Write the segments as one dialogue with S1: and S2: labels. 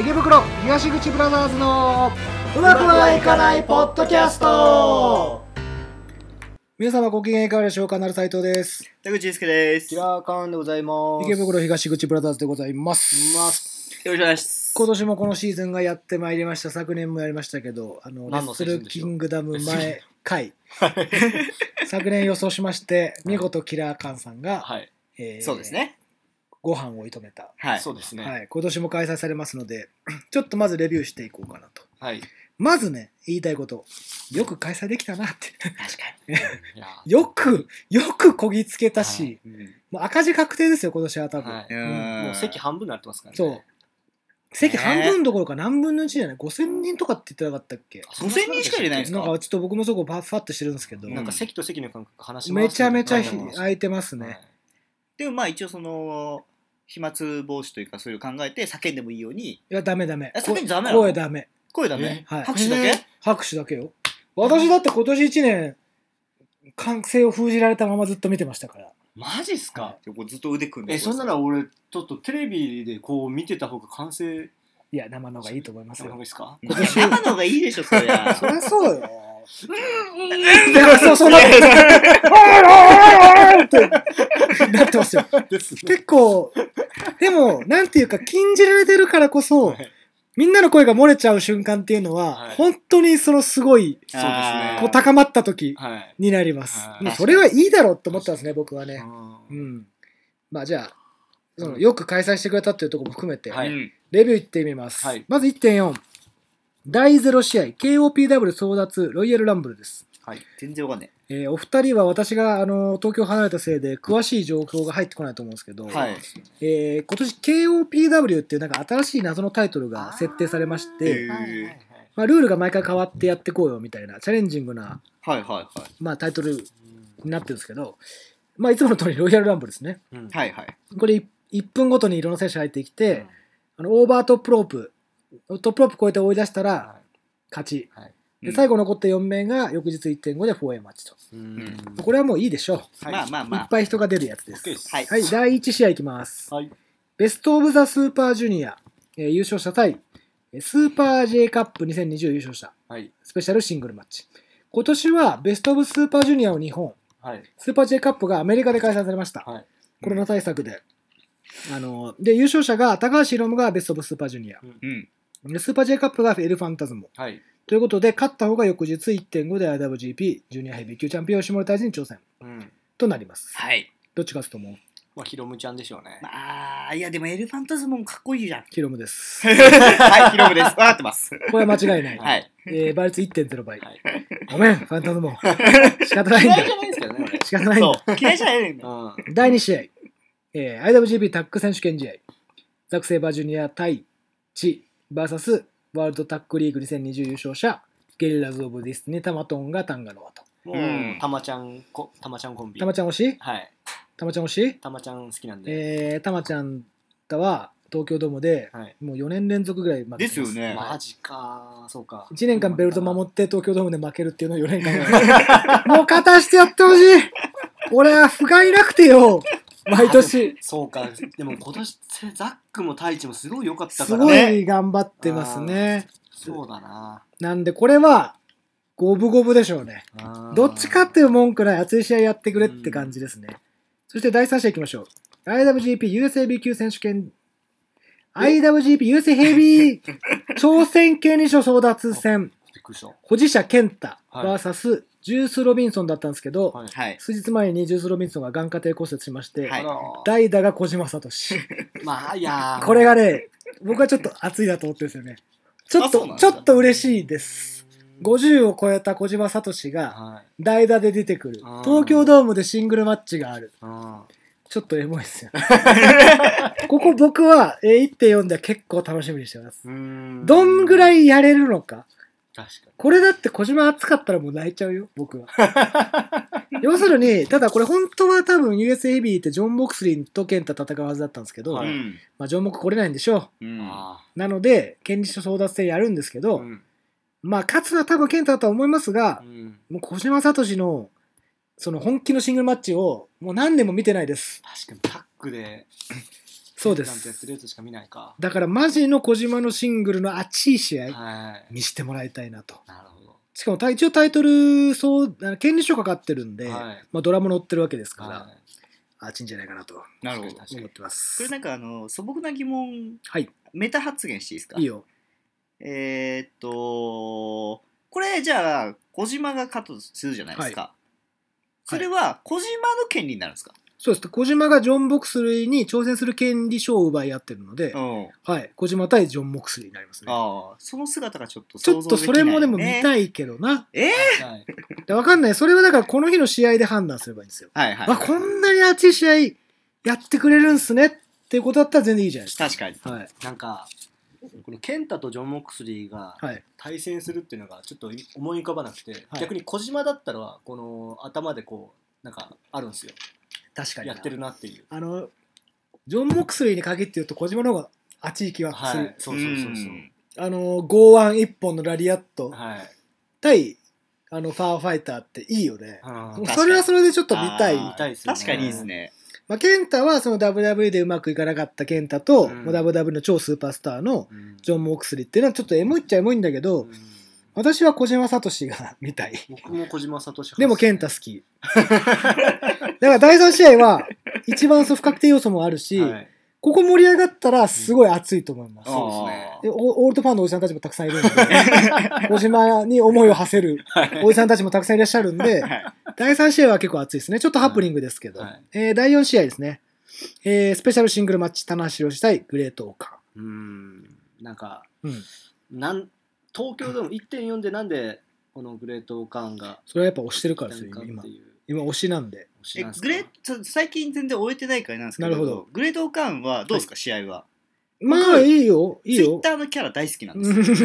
S1: 池袋東口ブラザーズの
S2: う
S1: まくはいかないポッドキャスト皆様ご機嫌いかがでしょうかなる斉藤です
S2: 田口祐介です。
S1: キ
S2: よ
S1: ラーカーンでございます池袋東口ブラザーズでございます
S2: ろしくお願いします。
S1: 今年もこのシーズンがやってまいりました昨年もやりましたけどあのレ
S2: 何の
S1: ッス
S2: シーズ
S1: ル
S2: ンでし
S1: キ
S2: ょう
S1: ングダム
S2: レ
S1: 前回 昨年予想しまして見事キラーカーンさんが、
S3: はい。
S1: えー
S2: そうですね。
S1: ご飯を射止めた、
S2: はい。
S3: そうですね。
S1: はい、今年も開催されますので ちょっとまずレビューしていこうかなと
S3: はい。い
S1: まずね言いたいことよく開催できたなって
S2: 確か
S3: や
S1: よくよくこぎつけたし、
S2: に。
S1: もう赤字確定ですよ今年は多分、
S3: は
S2: う
S3: い。
S2: ん
S3: もう席半分になってますからね。
S1: そう。席半分どころか何分の1じゃない5000人とかって言ってなかったっけ
S3: あ。
S2: 5000人しか入れないんです
S1: なん
S2: か
S1: かちょっと僕もそこパッファッとしてるんですけど、
S3: なんか席と席の間隔話します
S1: めちゃめちゃ
S3: みたいなのが
S1: 空いてますね。
S2: でもまあ一応その、飛沫防止というかそういうのを考えて叫んでもいいように、
S1: いやダメダメ
S2: えそこにダメなの
S1: 声ダメ
S2: 声だね。
S1: えはい
S2: 拍手だけ
S3: え
S1: 拍手だけよ私だって今年1年歓声を封じられたままずっと見てましたから
S3: マジっすか。
S2: でこうずっと腕組んで。
S3: え、そんな
S2: の
S3: ら俺、ちょっとテレビでこう見てた方が完成
S1: いや生の方がいいと思います
S3: の方が
S1: よ
S3: いいっす か
S1: 今年
S2: 生の方がいいでしょ、そりゃ。
S1: そりゃそうよ いやそうそうなってますおいおいおいおいってなってますよ
S3: ですね。
S1: 結構でもなんていうか禁じられてるからこそ
S3: はい
S1: みんなの声が漏れちゃう瞬間っていうのは、
S3: はい
S1: 本当にそのすごい
S3: そうですね
S2: あー
S1: こう高まった時
S3: はい。
S1: になります
S3: は。い
S1: まあそれはいいだろうと思ったんですね、僕はね。
S3: う
S1: うんん。まあじゃあ、その
S3: うん
S1: よく開催してくれたっていうところも含めて、
S3: はい
S2: うん
S1: レビューいってみます。
S3: はい
S1: まず1.4。第0試合、KOPW 争奪ロイヤルランブルです。
S2: はい。全然わかんね
S1: えーお二人は私があの東京離れたせいで詳しい情報が入ってこないと思うんですけど、
S2: え。はい。
S1: えー今年 KOPW っていうなんか新しい謎のタイトルが設定されまし
S2: へ
S1: て、
S2: ー
S3: はいはい
S1: まあ、ルールが毎回変わってやってこうよみたいなチャレンジングな、
S2: はいはいはい。
S1: まあ、タイトルになってるんですけど、まあ、いつもの通りロイヤルランブルですね
S3: うん
S2: はいはい。
S1: これ 1, 分ごとにいろんな選手入ってきて、あのオーバートップロープトップロープ超えて追い出したら
S3: は
S1: 勝ち
S2: う
S1: で
S2: ん
S1: 最後残った4名が翌日1.5で 4A マッチと
S3: いうん
S1: これはもういいでしょ
S3: はい
S2: まあまあ
S1: うい
S2: ま
S1: っ
S2: あ。
S1: ぱい人が出るやつです
S3: OK です
S2: はい
S1: はい第1試合いきます
S3: はい。
S1: ベスト・オブ・ザ・スーパージュニア、えー優勝者対えースーパー J カップ2020優勝者
S3: はい。
S1: スペシャルシングルマッチ今年はベスト・オブ・スーパージュニアを日本
S3: はい。
S1: スーパー J カップがアメリカで開催されました、
S3: はい
S1: コロナ対策であので優勝者が高橋宏夢がベスト・オブ・スーパージュニア
S2: うん。
S1: でスーパー J カップがエル・ファンタズモ
S3: はい。
S1: ということで勝った方が翌日1.5で IWGP ジュニアヘビー級チャンピオン下森大臣に挑戦
S3: うん。
S1: となります
S2: はい。
S1: どっちが勝つと思う
S3: まあ、ひろむちゃんでしょうね。
S2: まあ、いやでもエルファンタズモンかっこいいじゃん。
S1: 宏夢です
S2: はい、ヒロムです。わかってます。
S1: これは間違いない、
S2: はい。
S1: えー倍率1.0倍
S3: はい。
S1: ごめん、ファンタズ モン。仕方ないん
S3: 嫌いじ
S1: だ。
S3: ゃないですけどね、俺
S1: 仕方ないん
S2: そ
S1: だ。
S2: う。嫌いじゃないんだ。
S3: うん。
S1: 第2試合、えー IWGP タック選手権試合、ザック・セイバージュニア対チ VS ワールドタックリーグ2020優勝者、ゲリラズ・オブ・ディスにタマトンがタンガロアと。
S3: も
S2: うん
S3: う、たまちゃんこ、たまちゃんコンビ。
S1: タマちゃん推し
S3: はい。
S1: タマちゃん推した
S3: まちゃん好きなんで。
S1: えー、タマちゃんとは東京ドームで、
S3: はい。
S1: もう4年連続ぐらい負けてます
S2: ですよね
S3: マジか、そうか。
S1: 1年間ベルト守って東京ドームで負けるっていうのを4年間 もう勝たしてやってほしい俺は不甲斐なくてよ毎年
S3: そうか、でも今年ってザックも太一もすごい良かった
S1: す
S3: から
S1: ご
S3: ね。
S1: い頑張ってますね。
S3: そうだ な。
S1: なんでこれは、五分五分でしょうね。
S3: あー
S1: どっちかっていう文句ない熱い試合やってくれって感じですね。そして第3試合いきましょう。IWGP USAB 級選手権、IWGP US ヘ ビー挑戦権利書争奪戦、
S3: びっくりした。
S1: 保持者健太
S3: はい
S1: VS ジュース・ロビンソンだったんですけど、
S3: はい
S2: はい。
S1: 数日前にジュース・ロビンソンが眼下底骨折しまして、
S2: はい
S3: あら
S1: 代打が小島 聡。
S3: まあ、いやー
S1: これが、ね、僕はちょっと熱いなと思ってるんですよね。ちょっ
S2: あそう
S1: と
S2: な、んだ
S1: ちょっと嬉しいです。50を超えた小島聡が
S3: はい。
S1: 代打で出てくる
S3: あ。ー
S1: 東京ドームでシングルマッチがある。
S3: うん
S1: ちょっとエモいです よ。ここ僕はえー1.4では結構楽しみにしてます。
S3: うーん。
S1: どんぐら
S3: い
S1: いやれるのか。
S3: 確か
S1: これだって小島熱かったらもう泣いちゃうよ、僕 は。要するに、ただこれ本当は多分 US ヘビーってジョン・ボクスリンとケンタ戦うはずだったんですけど、
S3: はい
S2: うん。
S1: まあジョン・ボク来れないんでしょう。
S2: う
S3: に。
S2: ん。
S3: あ
S1: なので、権利書争奪戦やるんですけ
S3: ー
S1: ど、
S3: うん
S1: まあ、勝つのは多分健太だとは思いますが
S3: う、ん
S1: もう小島聡のその本気のシングルマッチをもう何年も見てないです。
S3: 確かにタックで
S1: そうで
S3: ちゃんとやって
S1: す
S3: る。やつしか見ないか
S1: だからマジの小島のシングルの熱い試
S3: はい
S1: 合にしてもらいたいなと。
S3: なるほど
S1: しかもた一応タイトル、そう、あの権利書かかってるんで、
S3: はい
S1: まあドラム乗ってるわけですから、
S3: は
S1: 熱いんじゃないかなと
S2: なるほど。こ
S3: 確か
S1: 思っ
S3: に
S1: てます。
S2: れなんかあの素朴な疑問、
S1: はい、
S2: メタ発言していいですか
S1: いいよ。
S2: えーっと、これじゃあ、小島が勝つとするじゃないですか。それは小島の権利になるんですか、
S1: そうです。小島がジョン・ボクスリーに挑戦する権利書を奪い合ってるので、
S2: うん。
S1: はい、小島対ジョン・ボクスリーになりますね。
S2: ああ、その姿がちょっと
S1: ち
S2: 想
S1: ょっ
S2: 像
S1: と
S2: できない、
S1: それもでも見
S2: い。
S1: たいけどな。
S2: えー
S3: はい
S1: でわかんない。それはだからこの日の試合で判断すればいいんですよ。
S2: はいはい。
S1: あ、こんなに熱い試合やってくれるんすねっていうことだったら全然いいじゃないですか。
S2: 確かに。
S1: はい。
S3: なんかこの健太とジョン・モクスリーが
S1: はい。
S3: 対戦するっていうのがちょっと思い浮かばなくて、
S1: はい
S3: 逆に小島だったらはこの頭でこうなんかあるんですよ
S1: 確かに。
S3: やってる。なっていう
S1: あの、ジョン・モクスリーに限って言うと小島の方が熱い気はす
S3: は
S1: る。
S3: いそうそうそうそう、
S2: ん
S1: あの、剛腕一本のラリアット
S3: はい
S1: 対、あの、パワーファイターっていいよね。
S3: うん
S1: もう
S2: 確かに
S1: それはそれでちょっと見たい。
S2: あー
S3: 見たいですよね
S2: 確かにいいですね。
S1: まあ、ケンタはその WWE でうまくいかなかったケンタと、
S3: うん
S1: もう WWE の超スーパースターの
S3: うん
S1: ジョン・モクスリーっていうのはちょっとエモいっちゃエモいんだけど、
S3: うん
S1: 私は小島聡が見たい。
S3: 僕も小島聡
S1: でも健太好き。だから第3試合は一番そう不確定要素もあるし、
S3: はい
S1: ここ盛り上がったらすごい熱いと思います。
S3: そうですね
S1: でオオールドファンのおじさんたちもたくさんいるんで、小島に思いを馳せるおじさんたちもたくさんいらっしゃるんで、
S2: はい
S1: 第3試合は結構熱いですね。ちょっとハプニングですけど。
S3: はい
S1: えー第4試合ですね。えースペシャルシングルマッチ、棚橋宏対グレートオーカ
S3: うんなんか
S1: ー。うん。
S3: なん東京でも1.4でなんでこのグレートカーンが
S1: それはやっぱ推してるから
S3: な
S1: です
S3: ん
S1: よ
S3: か、っ
S1: 今
S3: て。いう
S1: 今推しなんで。
S3: 推し
S2: え
S3: なんです
S2: グ
S3: か
S2: レーちょっと最近全然終えてないからなんですけど
S1: なるほど
S2: グレートオカンはどうですか、試合は
S1: まあいいよ、いい
S2: ツイッ
S1: よ。
S2: ターのキャラ大好きなんですよ、
S1: う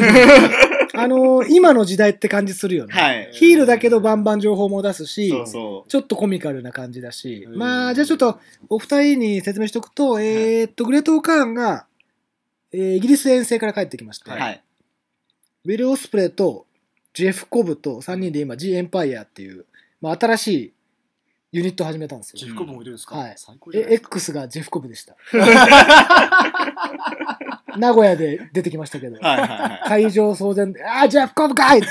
S1: んあのー今の時代って感じするよね。
S2: はい
S1: ヒールだけどバンバン情報も出すし、
S2: そうそう
S1: ちょっとコミカルな感じだし、
S3: うん
S1: まあじゃあちょっとお二人に説明しておくと、えーっと、グレート・オカーンが、えーイギリス遠征から帰ってきまして、
S2: はい、
S1: ウィル・オスプレイとジェフ・コブと3人で今 G エンパイアっていう、まあ、新しいユニットを始めたんです
S3: ジェ
S1: よ。
S3: フコブもいるんですか、
S1: はい
S3: 最高じゃない
S1: え
S3: ですか
S1: X がジェフ・コブで した。名古屋で出てきましたけど。
S2: はいはいはい
S1: 会場騒然で、ああ、ジェフコブかい って。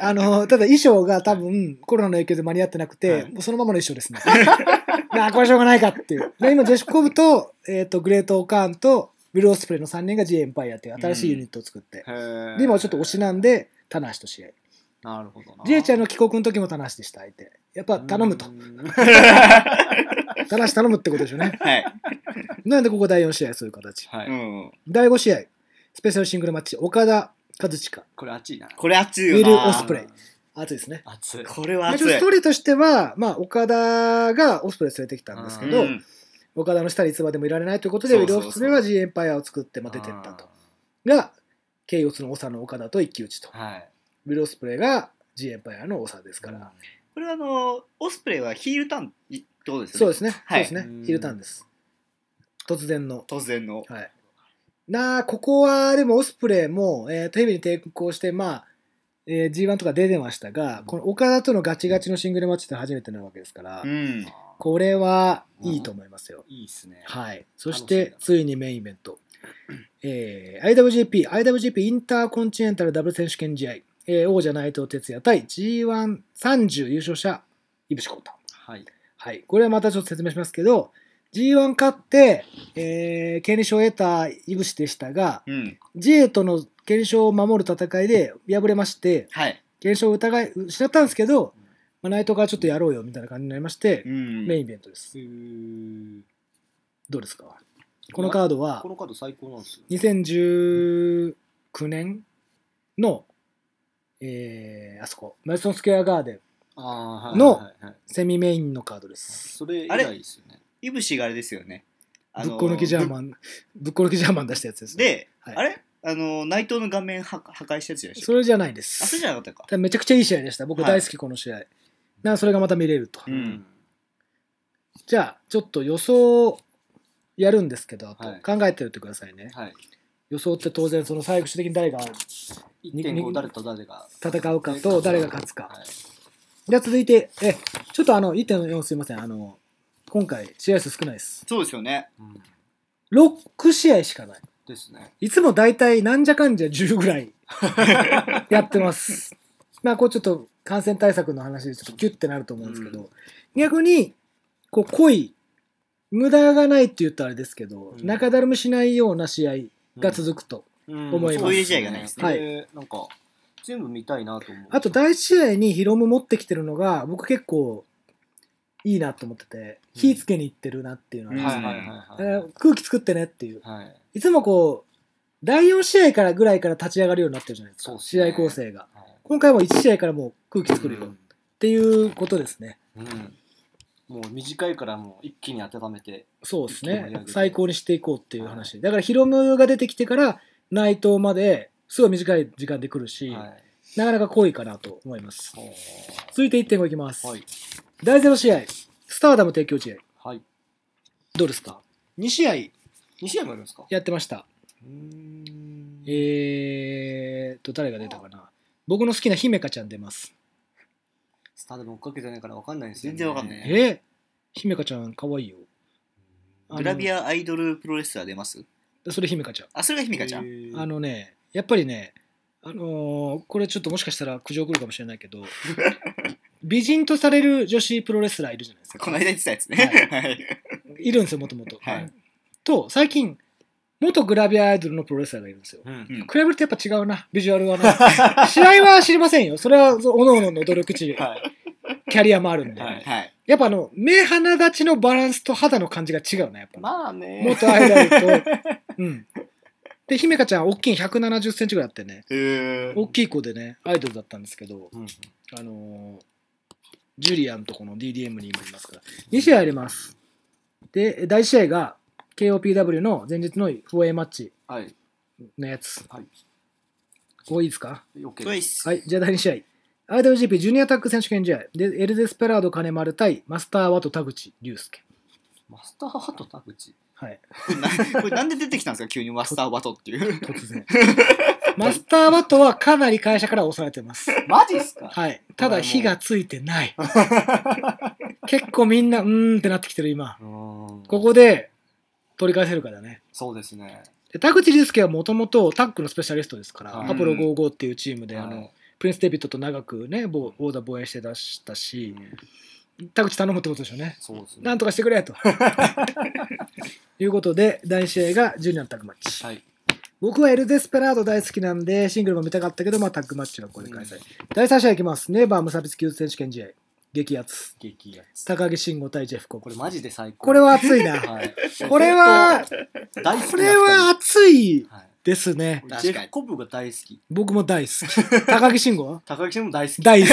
S1: あの、ただ衣装が多分コロナの影響で間に合ってなくて、
S3: はい
S1: もうそのままの衣装ですね。 ああ、これしょうがないかっていう。で、今、ジェフコブと、えっ、と、グレート・オカーンと、ウィル・オスプレイの3人が G エンパイアっていう新しいユニットを作って。
S3: へー
S1: で、今はちょっと推しなんで、棚橋と試合。
S3: なるほどな
S1: ジェイちゃんの帰国の時も棚橋でした、相手。やっぱ頼むと
S3: う。ん
S1: 棚橋頼むってことでしょうね。
S2: はい、
S1: なんでここ第4試合そういう形。
S3: は
S2: う
S3: い、
S2: ん、
S1: 第5試合、スペシャルシングルマッチ、岡田和親。
S3: これ熱いな
S2: これ熱い
S1: ウィ
S2: よ
S1: ル・
S2: な
S1: オスプレイ。熱いですね。
S3: 熱い
S2: これは
S1: まあち
S2: 熱
S1: ょっとストー
S2: い
S1: リーとしては、まあ、岡田がオスプレイ連れてきたんですけど、
S2: うん
S1: 岡田の下にいつまでもいられないということで、ウ
S2: そう
S1: ィ
S2: そう
S1: ル・
S2: そう
S1: オスプレイは G エンパイアを作って、まあ、出てったと。が、慶応の長の岡田と一騎打ちと。
S3: はい
S1: ウィル・オスプレイが G エンパイアの長ですから。
S2: これはあのオスプレイはヒールターンってことです
S1: そうで
S2: よね
S1: すね。
S2: はい
S1: そうです
S3: う
S1: ね。
S3: ん
S1: ヒルターンです。突然の。
S2: 突然の
S1: はい。なあ、ここは、でもオスプレイも、えー、テレビに抵抗して、まあ、えー G1 とか出てましたが、この岡田とのガチガチのシングルマッチって初めてなわけですから、
S2: うん
S1: これはいいと思いますよ。
S3: いいっすね
S1: はい。そし
S3: 楽しみ
S1: て
S3: だ、
S1: ついにメインイベント。えー IWGP、IWGP インターコンチネンタルダブル選手権試合、えー王者内藤哲也対 G130 優勝者、イブシコータ。
S3: はい
S1: はい。これはまたちょっと説明しますけど、G1 勝って、えー、権利賞を得たイブシでしたが、
S2: うん
S1: ジェイとの権利賞を守る戦いで敗れまして、
S2: はい
S1: 権利賞を疑い、失ったんですけど
S3: うん、
S1: まあ、内藤がちょっとやろうよみたいな感じになりまして
S2: う、ん
S1: メインイベントです。
S3: うー
S1: どうですかこのカードは
S3: こ、のカード最高なんですよ
S1: 2019年の、えー、あそこ、マイソンスクエアガーデン、
S3: あー
S1: の
S3: はいはいはい
S1: セミメインのカードです。
S3: それ以来ですよね
S2: イブシがあれですよねあ
S1: ぶっ
S2: の
S1: こ抜きジャー
S2: ぶ
S1: マン、ぶっこ抜きジャーマン出したやつですね。
S2: で、
S1: はい
S2: あれあの内藤の画面は破壊したやつじゃないです
S1: そ
S2: か
S1: れじゃないです。
S2: あそれじゃなかったか
S1: ただめちゃくちゃいい試合でした。僕
S2: はい
S1: 大好き、この試合。なそれがまた見れると。
S2: うん
S1: じゃあ、ちょっと予想をやるんですけど、あと
S3: はい
S1: 考えておいてくださいね。
S3: はい
S1: 予想って当然、その最終的に誰が
S3: 1.5誰と誰が
S1: 戦うかと誰が勝つか
S3: はい
S1: じゃあ続いて、え、ちょっとあの、1.4すいません。あの、今回、試合数少ないです。
S2: そうですよね。
S3: うん
S1: 6試合しかない。
S3: ですね。
S1: いつも大体、なんじゃかんじゃ10ぐら いやってます。まあ、こうちょっと感染対策の話でちょっとギュッてなると思うんですけど、
S3: う
S1: 逆に、こう、濃い、無駄がないって言ったらあれですけど、
S3: うん
S1: 中だるみしないような試合が続くと。思いますそういう
S2: 試合がないです
S1: ねはい
S3: でなんか全部見たいなと思う。
S1: あと、第1試合にヒロム持ってきてるのが、僕結構、いいなと思ってて、
S3: うん
S1: 火つけにいってるなっていうのはあります
S3: はいはいはい
S1: え
S3: はい。
S1: ー空気作ってねっていう。
S3: はい。
S1: いつもこう、第4試合からぐらいから立ち上がるようになってるじゃないですか。
S3: そうっす
S1: 試
S3: ね
S1: 合構成が。
S3: はい
S1: 今回も1試合からもう空気作るよっていうことですね。
S3: うん。もう短いからもう一気に温めて。
S1: そうです
S3: 一気に盛り上
S1: ね
S3: げ。て
S1: 最高にしていこうっていう話。だからヒロムが出てきてから内藤まですごい短い時間で来るし、
S3: はい。
S1: なかなか濃いかなと思います。
S3: ほ
S1: 続いて1.5いきます。
S3: うはい。
S1: 第0試合、スターダム提供試合。
S3: はい。
S1: どうですか ?2 試合
S3: 二試合もあるんですか。
S1: やってました。
S3: うーん
S1: えーっと、誰が出たかな僕の好きな姫香ちゃん出ます。
S3: スターでも追っかけてないからわかんないですよね。
S2: 全然わかんない
S1: えー、姫香ちゃん可愛いよ。あの
S2: グラビアアイドルプロレスラー出ます
S1: それ姫香ちゃん。
S2: あ、それがひみかちゃん。
S3: ん
S1: あのね、やっぱりね、あのーこれちょっともしかしたら苦情来るかもしれないけど、美人とされる女子プロレスラーいるじゃないですか。
S2: この間言ってたやつね。 はい。
S1: いるんですよ、もともと。
S2: はい
S1: と、最近、元グラビアアイドルのプロレスラーがいるんですよ。
S3: うん。
S2: うん
S1: 比べるとやっぱ違うな、ビジュアルはな。試合は知りませんよ。それは、おのおのの努力値、
S3: はい。
S1: キャリアもあるんで。
S3: はい
S2: はい。
S1: やっぱあの、目鼻立ちのバランスと肌の感じが違うな、やっぱ。
S3: ま あね。
S1: 元アイドルと、うん。で、姫香ちゃん、大きい170センチぐらいあってね、
S2: えー
S1: 大きい子でね、アイドルだったんですけど、
S3: うん。
S1: あのージュリアンとこの DDM にもいますから、2試合あります。で、第1試合が KOPW の前日の 4A マッチ
S3: はい。
S1: のやつ。
S3: はい。
S1: ここいいですか
S3: オッケ
S2: それいいっ
S3: ー。
S2: す。
S1: はい、じゃあ第2試合。IWGP ジュニアタッグ選手権試合でエルデスペラード金丸対マスター・ワト田口竜介
S3: マスターハート田口。
S1: はい
S2: これなこれなんで出てきたんですか急にマスターバトっ ていう。
S1: 突然マスター・ワトはかなり会社から押されてます
S3: マジっすか。
S1: はい。ただ火がついてない。結構みんな、うーんってなってきてる今。
S3: こ
S1: ここで取り返せるかだね。
S3: そうですね。
S1: で田口竜介はもともとタッグのスペシャリストですから、
S3: はい
S1: アポロ55っていうチームで、あ
S3: は
S1: の
S3: い
S1: プリンス・デビットと長くね、ボ王座防衛して出したし
S3: う、ん
S1: 田口頼むってことでしょうね。
S3: そうですね。
S1: なんとかしてくれと。 いうことで、第1試合がジュニアのタッグマッチ。
S3: はい。
S1: 僕はエル・デスペラード大好きなんで、シングルも見たかったけど、まあタッグマッチがこれで開催。第3試合いきます。ネイバー無差別級選手権試合。激アツ。
S3: 激アツ。
S1: 高木慎吾対ジェフコ
S3: こ
S1: ブ。
S3: れマジで最高。
S1: これは熱いな。
S3: はい。
S1: これは、
S3: 大好きな二人。
S1: これは熱い
S3: はい。
S1: ですね。
S2: かに
S3: ジェフコブが大好き。
S1: 僕も大好き。高木慎吾は
S3: 高木さんも大好き。
S1: 大好き。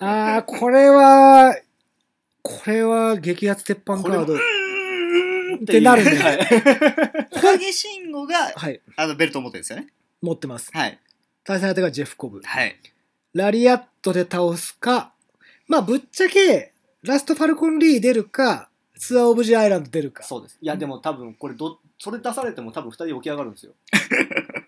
S1: ああ、これは、これは激アツ鉄板カード。ってなるね
S3: はい
S2: 高木慎吾が、
S1: はい、
S2: あの、ベルトを持ってるんですよね。
S1: 持ってます。
S2: はい。
S1: 対戦相手がジェフコブ。
S2: はい。
S1: ラリアットで倒すか、まあぶっちゃけ、ラストファルコンリー出るか、ツアーオブジェアイランド出るか。
S3: そうです。いや、でも多分、これど、それ出されても多分二人起き上がるんですよ。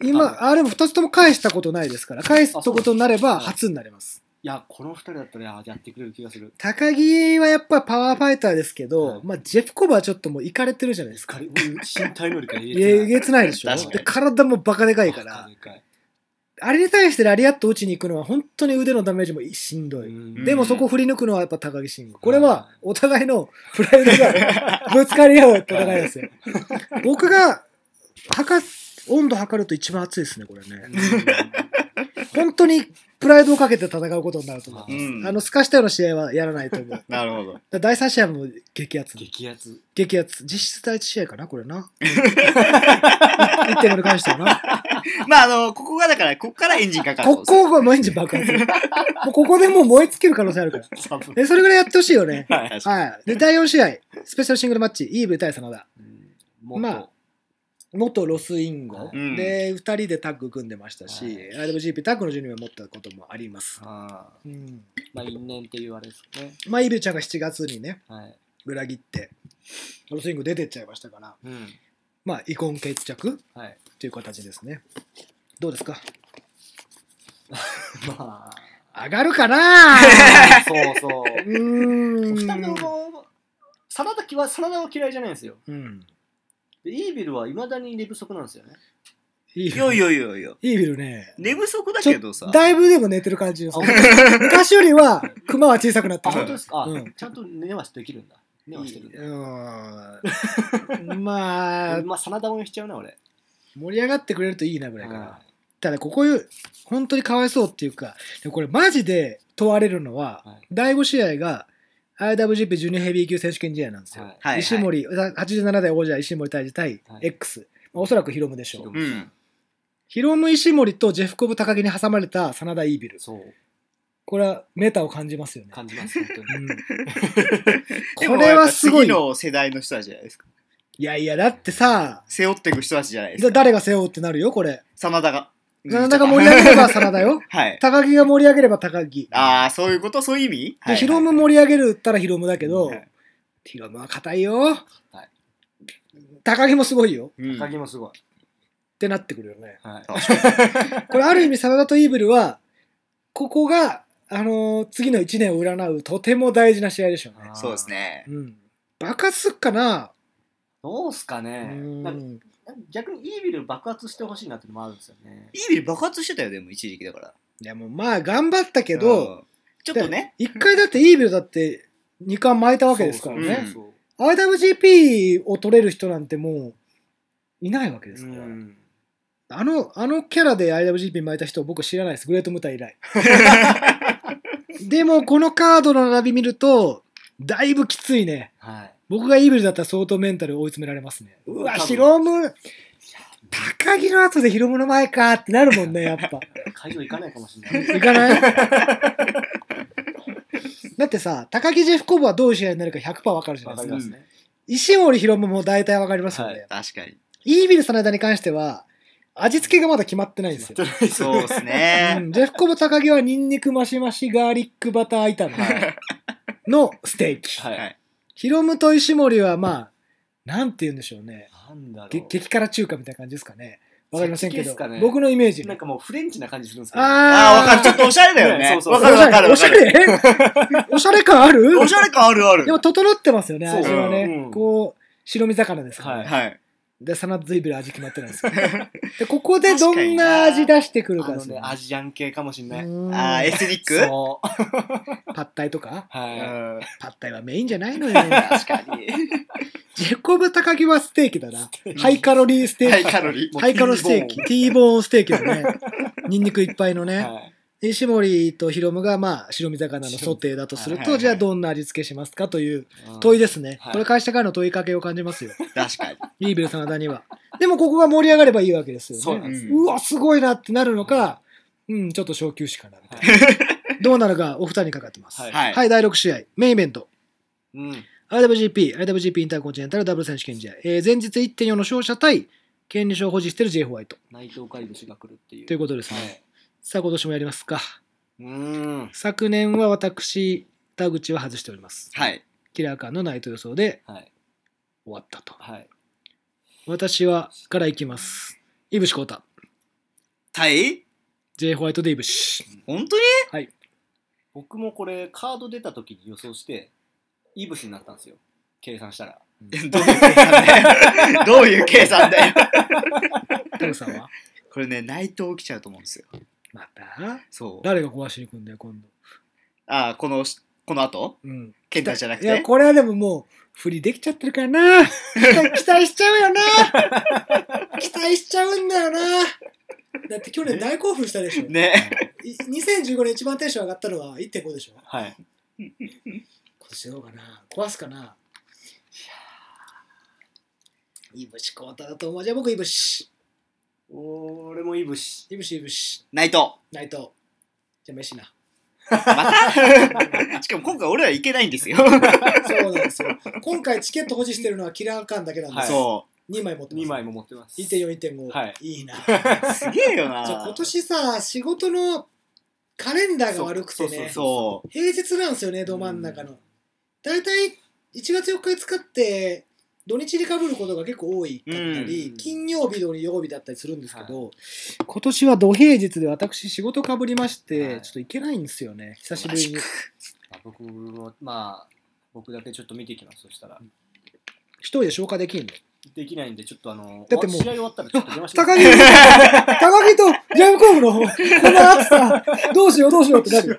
S3: 多
S1: 今、
S3: 分
S1: あれも2つとも返したことないですから、返すとことになれば
S3: あそうです
S1: 初になります。
S3: いや、この二人だったらいややってくれる気がする。
S1: 高木はやっぱパワーファイターですけど、
S3: はい
S1: まあ、ジェフコブはちょっともういかれてるじゃないですか。
S3: 疲れ、身体能力がえ
S1: いやえげつないでしょ
S2: 確かに
S1: で体もバカでかいから。あれに対してラリアット打ちに行くのは本当に腕のダメージもしんどい。でもそこ振り抜くのはやっぱ高木慎吾。これはお互いのプライド がぶつかり合う戦いなんですよ。僕が測っ、温度測ると一番熱いですね、これね。本当にプライドをかけて戦うことになると思う。
S2: うん
S1: あの、すかしたような試合はやらないと思う。
S2: なるほど。
S1: だから第3試合も激アツ。
S3: 激アツ。
S1: 激アツ。実質第1試合かな、これな。1点に関しては な。
S2: まあ、あの、ここがだから、ここからエンジンかかるん
S1: こ
S2: ですよ。
S1: こがもうエンジン爆発。もうここでもう燃え尽きる可能性あるから。
S3: 多分。
S1: で、それぐらいやってほしいよね。
S2: はい。
S1: はい。で、第4試合、スペシャルシングルマッチ、イーブ対真田。
S3: もっ
S1: まあ
S3: と。
S1: 元ロスインゴ、
S2: うん
S1: で2人でタッグ組んでましたし、
S3: は
S1: IWGP タッグの順位を持ったこともあります、
S3: あー
S1: うん、
S3: まあ、因縁って言われですね。
S1: まあイビルちゃんが7月にね
S3: はい。
S1: 裏切ってロスインゴ出てっちゃいましたから
S3: うん。
S1: まあ遺婚決着
S3: はい。
S1: という形ですねどうですか
S3: まあ。
S1: 上がるか な
S3: そうそう
S1: うーん。
S3: 二人とも真田きは真田は嫌いじゃないんですよ
S1: うん。
S3: でイービルはいまだに寝不足なんですよね
S1: いい
S2: いやい
S1: よ。
S2: やいやいや
S1: いいビルね。
S2: 寝不足だけどさ
S1: だいぶでも寝てる感じ です。昔よりは、熊は小さくなっ
S3: あ
S1: た。
S3: 本当ですか、あ
S1: うん
S3: ちゃんと寝はできるんだ寝はしてるんだ
S1: うーん。まあ、
S3: まあ真田応援しちゃうな俺
S1: 盛り上がってくれるといいなぐらいか
S3: うん
S1: な。ただ、ここいう、本当にかわいそうっていうか、でもこれマジで問われるのは、
S3: はい
S1: 第5試合が IWGP ジュニアヘビー級選手権試合なんですよ。
S3: はい
S2: はいはい
S1: 石森、87代王者石森対対
S3: はい
S1: X。まあおそらくヒロムでしょ
S3: ヒロ
S1: う
S3: ム。
S2: うん
S1: ヒロム石森とジェフコブ高木に挟まれた真田イービル。
S3: そう
S1: これはメタを感じますよね。
S3: 感じます本 当に
S1: うん
S2: で
S1: こ
S2: も
S1: れはすごい
S2: やっ。ぱ次の世代の人たちじゃないですか
S1: いやいや、だってさ、
S2: 背負っていく人たちじゃないです
S1: だ
S2: か
S1: 誰が背負うってなるよ、これ。
S2: 真田が。
S1: 真田が盛り上げれば真田よ
S2: はい
S1: 高木が盛り上げれば高木。
S2: ああそういうことそういう意味
S1: で、ヒロム
S2: も
S1: 盛り上げるったらヒロムだけど、
S2: はい
S1: ヒロムは硬いよ
S3: い。
S1: 高木もすごいよ。っ
S2: うん
S3: 高木もすごい、
S1: てなってくるよね。
S3: はい、
S1: これある意味、真田とイーブルは、ここが、あのー次の1年を占うとても大事な試合でしょうね。
S2: そうですね
S1: うん。爆発すっかな、
S3: どうすか
S1: う
S3: ねなんか
S1: ん、
S3: 逆にイービル爆発してほしいなってのもあるんですよね
S2: イービル爆発してたよでも一時期だから
S1: いやもうまあ頑張ったけど、
S2: うんちょっとね
S1: 一回だってイービルだって2冠巻いたわけですから
S2: そうそう
S1: ね。
S2: ん
S3: そう
S1: IWGP を取れる人なんてもういないわけですから。
S3: うん
S1: あの、あのキャラで IWGP 巻いた人僕知らないです。グレートムタ以 来。でもこのカードの並び見ると、だいぶきついね。
S3: はい
S1: 僕がイービルだったら相当メンタル追い詰められますね。うわ、
S3: 多分
S1: ヒロム、高木の後でヒロムの前かってなるも んね、やっぱ。
S3: 会場行かないかもしれない
S1: 行かないだってさ、高木ジェフコブはどういう試合になるか100%わかるじゃ
S3: わ
S1: ないで
S3: か
S1: す
S3: り
S1: か。
S3: ますね、
S1: 石森博文も大体わかりますよね。
S3: はい
S2: 確 かに
S1: イービルさんの間に関しては、味付けがまだ決まってないんですよ。
S2: そうです
S1: う
S2: ね
S1: んジェフコブ高木はニンニクマシマシガーリックバター炒めのステーキ。
S3: はい、
S2: はい
S1: ヒロムと石森はまあ、なんて言うんでしょうね。
S3: なんだろう
S1: げ激辛中華みたいな感じですかね。わかりませんけ
S3: そ
S1: ど
S3: っち系っすか、ね
S1: 僕のイメージ。
S3: なんかもうフレンチな感じするんですけどね、
S2: ああ
S1: あ
S2: わかるちょっとおしゃれだ
S3: ね
S2: よね
S3: そうそう
S2: わかるわかる
S1: お
S2: わ
S1: し
S2: か
S1: ゃ
S2: る
S1: れおしゃれ感ある
S2: おしゃれ感あるある
S1: でも整ってますよね、
S3: そう
S1: 味はね。
S3: うん
S1: こう、白身魚ですから、ね
S3: はい
S2: はい
S1: で、サナズイブル味決まってないんですよ。で、ここでどんな味出してくるか
S3: あ
S1: で
S3: の
S1: す
S3: ね
S1: よ、
S3: アジアン系かもしれない、
S1: うーん
S2: ああエスニック
S3: そう
S1: パッタイとか
S2: う
S3: は
S2: ん
S1: パッタイはメインじゃないのよ。
S2: 確かに
S1: ジェコブ高木はステーキだな。
S3: い
S1: ハイカロリーステ
S2: ハ
S1: ー
S2: イ
S1: キ。
S2: カロリー
S1: ハイカロステーキ。T ボーンステーキだね。ニンニクいっぱいのね。
S3: はい
S1: で石森とヒロムが、まあ、白身魚のソテーだとする
S2: はいはい
S1: と、
S2: はい
S1: じゃあどんな味付けしますかという問いですね。
S3: はい
S1: これ会社からの問いかけを感じますよ。
S2: 確かに
S1: イービル真田には。でもここが盛り上がればいいわけですよね。
S3: そうなんです、
S2: うん
S1: うわ、すごいなってなるのか、うん、ちょっと小休止かなみたいな。どうなるか、お二人にかかってます。
S3: は
S1: はいい、
S2: はい
S1: 第6試合、メインイベント。
S3: うん、
S1: IWGP、IWGP インターコンチネンタルダブル選手権試合。えー前日1.4の勝者対、権利賞を保持している J. ホワイト。
S3: 内藤海部氏が来るっていう
S1: ということですね。
S3: はい
S1: さあ、今年もやりますか。
S3: うーん
S1: 昨年は私、田口は外しております。
S2: はい
S1: キラーカーのナイト予想で
S3: はい
S1: 終わったと。
S3: はい
S1: 私は、からいきます。イブシコウタ。
S2: 対
S1: J. ホワイトでイブシ。
S2: 本当に
S3: 僕もこれカード出た時に予想してイブスになったんですよ計算したら
S2: どういう計算だよどういう計算だよ
S1: タルさんは
S2: これね内藤来ちゃうと思うんですよ
S1: また
S2: そう
S1: 誰が壊しに行くんだよ、今度。
S2: ああこのこの後
S1: うん。
S2: 健太じゃなく
S1: いや、
S2: て
S1: これはでももう、振りできちゃってるからな。期待期待しちゃうよな。期待しちゃうんだよな。だって去年大興奮したでしょ。
S2: ね
S1: い2015年一番テンション上がったのは1.5でしょ。今
S3: はい
S1: 年どうかな。壊すかな。いぶしこうただと思う。じゃあ僕、いぶし。
S3: 俺もイブス
S1: いぶし、いぶし。
S2: 内藤
S1: 内藤。じゃあ、飯な。
S2: しかも今回俺ら行けないんですよ
S1: そうなんですよ。今回、チケット保持してるのはキラーカンだけなんで
S3: はい
S1: す。
S2: そ
S1: 2枚持ってます。
S3: 2枚も持ってます
S1: 1.4、1.5。
S3: はい
S1: いいな。
S2: うすげえよな
S1: じゃあ今年さ仕事のカレンダーが悪くてね
S2: そう
S1: 平日なんですよねど真ん中の大体1月4日使って土日にかぶることが結構多いかったり、
S3: うん
S1: 金曜日、土曜日だったりするんですけど、今年は土平日で私仕事かぶりまして、
S3: はい
S1: ちょっと行けないんですよね、久しぶりに
S2: マジ。
S3: あ僕もまあ僕だけちょっと見てきますそしたら
S1: 一人で消化できんの。
S3: できないんでちょっとあの
S1: だってもう
S3: 試合終わったらちょっと出ましょう
S1: 高木、高木とジャムコーブのこの暑さ、どうしようどうしようってなるよ。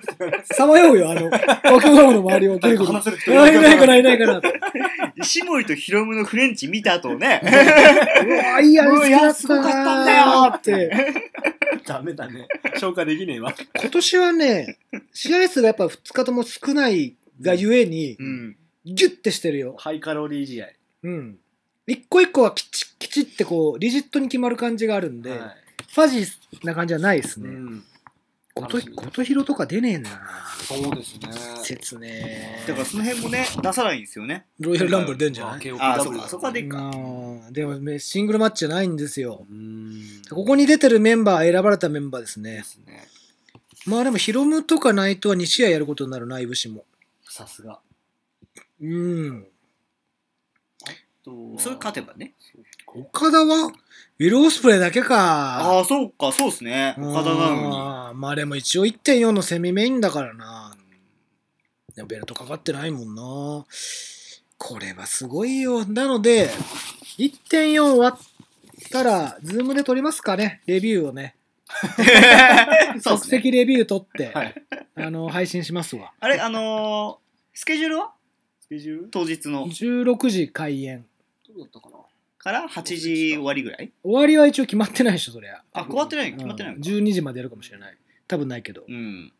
S1: さまようよ、あの、東京ドームの周りをぐる
S3: 誰
S1: ぐ
S3: か
S1: る。
S3: 話せる人
S1: いない
S3: る
S1: いないかな、いないかなって。
S2: 石森とヒロムのフレンチ見た後ね。
S1: うわ、いいや
S2: うわいや
S1: つ
S2: す
S1: だ
S2: ご
S1: っ
S2: かったたんだ
S1: な
S2: よ
S1: ーって。
S3: ダメだね消化できねえわ
S1: 今年はね、試合数がやっぱ2日とも少ないがゆえに、
S2: うん。
S1: ギュッてしてるよ。
S3: ハイカロリー試合
S1: うん。一個一個はきちきちってこう、リジットに決まる感じがあるんで、
S3: はい
S1: ファジーな感じはないです
S3: う
S1: ね。
S3: ん
S1: こと、ことひろとか出ねえな
S3: そうですね
S1: 切ね
S2: だからその辺もね、出さないんですよね。
S1: ロイヤルランブル出んじゃない
S3: あ KOPW
S2: あーそっかそこはでいいか
S1: うんでもねシングルマッチじゃないんですよ
S3: う。ん
S1: ここに出てるメンバー、選ばれたメンバーです
S3: で
S1: ね。
S3: すね
S1: まあでも、ヒロムとかナイトは2試合やることになるな、いぶしも。
S3: さすが
S1: うん。
S2: それ勝てばね。
S1: 岡田は、ウィル・オスプレイだけか。
S2: ああ、そうか、そうですね。岡田な のに。
S1: あーまあでも一応1.4のセミメインだからな。でもベルトかかってないもんな。これはすごいよ。なので、1.4終わったら、ズームで撮りますかね、レビューをね。即
S2: そうですね。
S1: 席レビュー撮って、
S3: はい
S1: あの、配信しますわ。
S2: あれ、あのー、スケジュールは
S3: スケジュール
S2: 当日の。
S1: 16時開演。
S3: どうだったかな
S2: から8時終わりぐらい
S1: 終わりは一応決まってないでしょ、そりゃ。
S2: あ、決まってないの決まってない
S1: うん
S2: のか。
S1: 12時までやるかもしれない。多分ないけど
S2: う。ん。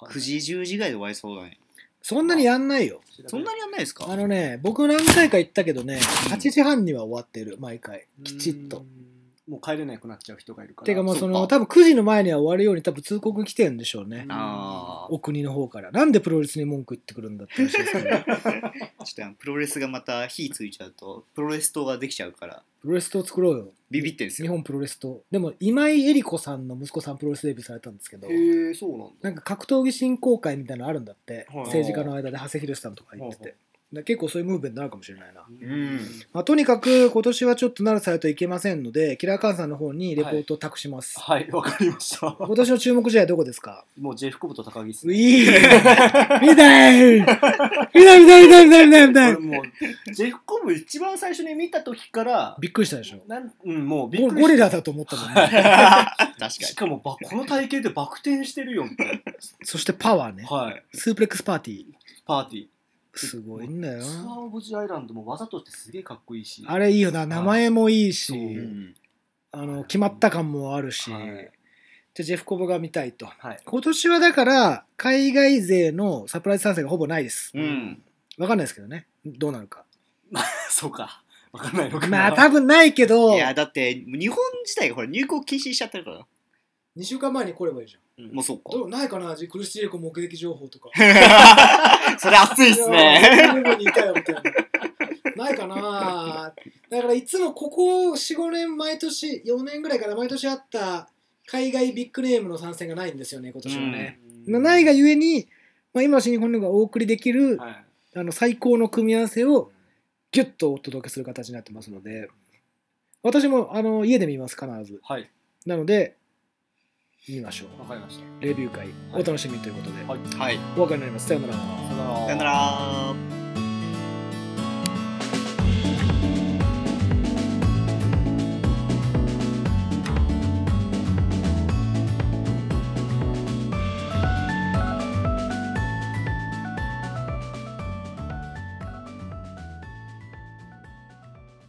S2: 9時、10時ぐらいで終わりそうだね。
S1: そんなにやんないよ。
S2: そんなにやんないですか
S1: あのね、僕何回か行ったけどね、8時半には終わってる、毎回。きちっ
S3: う
S1: と。
S3: んもう帰れなくなっちゃう人がいるから
S1: てかもうそ
S2: そ
S1: の、
S2: うか
S1: 多分9時の前には終わるように多分通告来てるんでしょうね。
S2: ああ。
S1: お国の方から。なんでプロレスに文句言ってくるんだって話ですけど。
S2: ちょっとあのプロレスがまた火ついちゃうと、プロレス党ができちゃうから、
S1: プロレスと作ろうよ。
S2: ビビってんです
S1: 日
S2: よ。
S1: 本プロレスと。でも、今井絵理子さんの息子さんプロレスデビューされたんですけど、
S3: へえそうなんだ
S1: なんか格闘技振興会みたいなのあるんだって。
S3: はい
S1: 政治家の間で長谷博さんとか言ってて。
S3: は
S1: だから結構そういうムーブメントになるかもしれないな。
S2: ん
S1: まあ、とにかく今年はちょっとなるサイトいけませんので、キラーカンさんの方にレポートを託します。
S3: はいわかりました
S1: 今年の注目試合はどこですか
S3: もうジェフコブと高木っす
S1: ウ
S3: ね
S1: ィー見たい見たい見たい見たい見たい見たい見た
S3: 俺
S1: い
S3: もうジェフコブ一番最初に見た時から
S1: びっくりしたでしょ
S3: なんうんもうびっ
S1: ゴ
S3: くりした
S1: ゴリラだと思ったもんね。
S2: 確か
S3: しかもばこの体型でバク転してるよみたい
S1: そしてパワーね
S3: な。はい
S1: スープレックスパーティー。
S3: パーティー
S1: すごいんだよ
S3: ツアーオブジアイランドも技としてすげえかっこいいし
S1: あれいいよな。名前もいいし、
S3: そう
S2: に。う。
S3: うん
S1: あの、決まった感もあるし、
S3: はい
S1: でジェフコブが見たいと。
S3: はい
S1: 今年はだから、海外勢のサプライズ参戦がほぼないです。
S2: うん。
S1: わかんないですけどね。どうなるか。
S3: そうかわかんないのか
S1: ま
S3: な
S1: あ多分ないけど
S2: い、や、だって、日本自体がほら入国禁止しちゃってるから。
S1: 2週間前に来ればいいじゃん。
S2: もうそうか。
S1: うないかな、クルシエコ目撃情報とか。
S2: それ熱いっすね。
S1: にいたよみたいな。ないかな。だからいつもここ4、5年、毎年、4年ぐらいから毎年あった海外ビッグネームの参戦がないんですよね、今年はね。
S3: うん
S1: ないがゆえに、まあ、今の新日本の方がお送りできる、
S3: はい
S1: あの最高の組み合わせをギュッとお届けする形になってますので、私もあの家で見ます、必ず。
S3: はい
S1: なので、見ましょう。
S3: わかりました
S1: レビュー会、お楽しみということで、
S3: はい
S2: はい。
S1: お別れになります。さようなら。
S3: さよなら
S2: さよなら。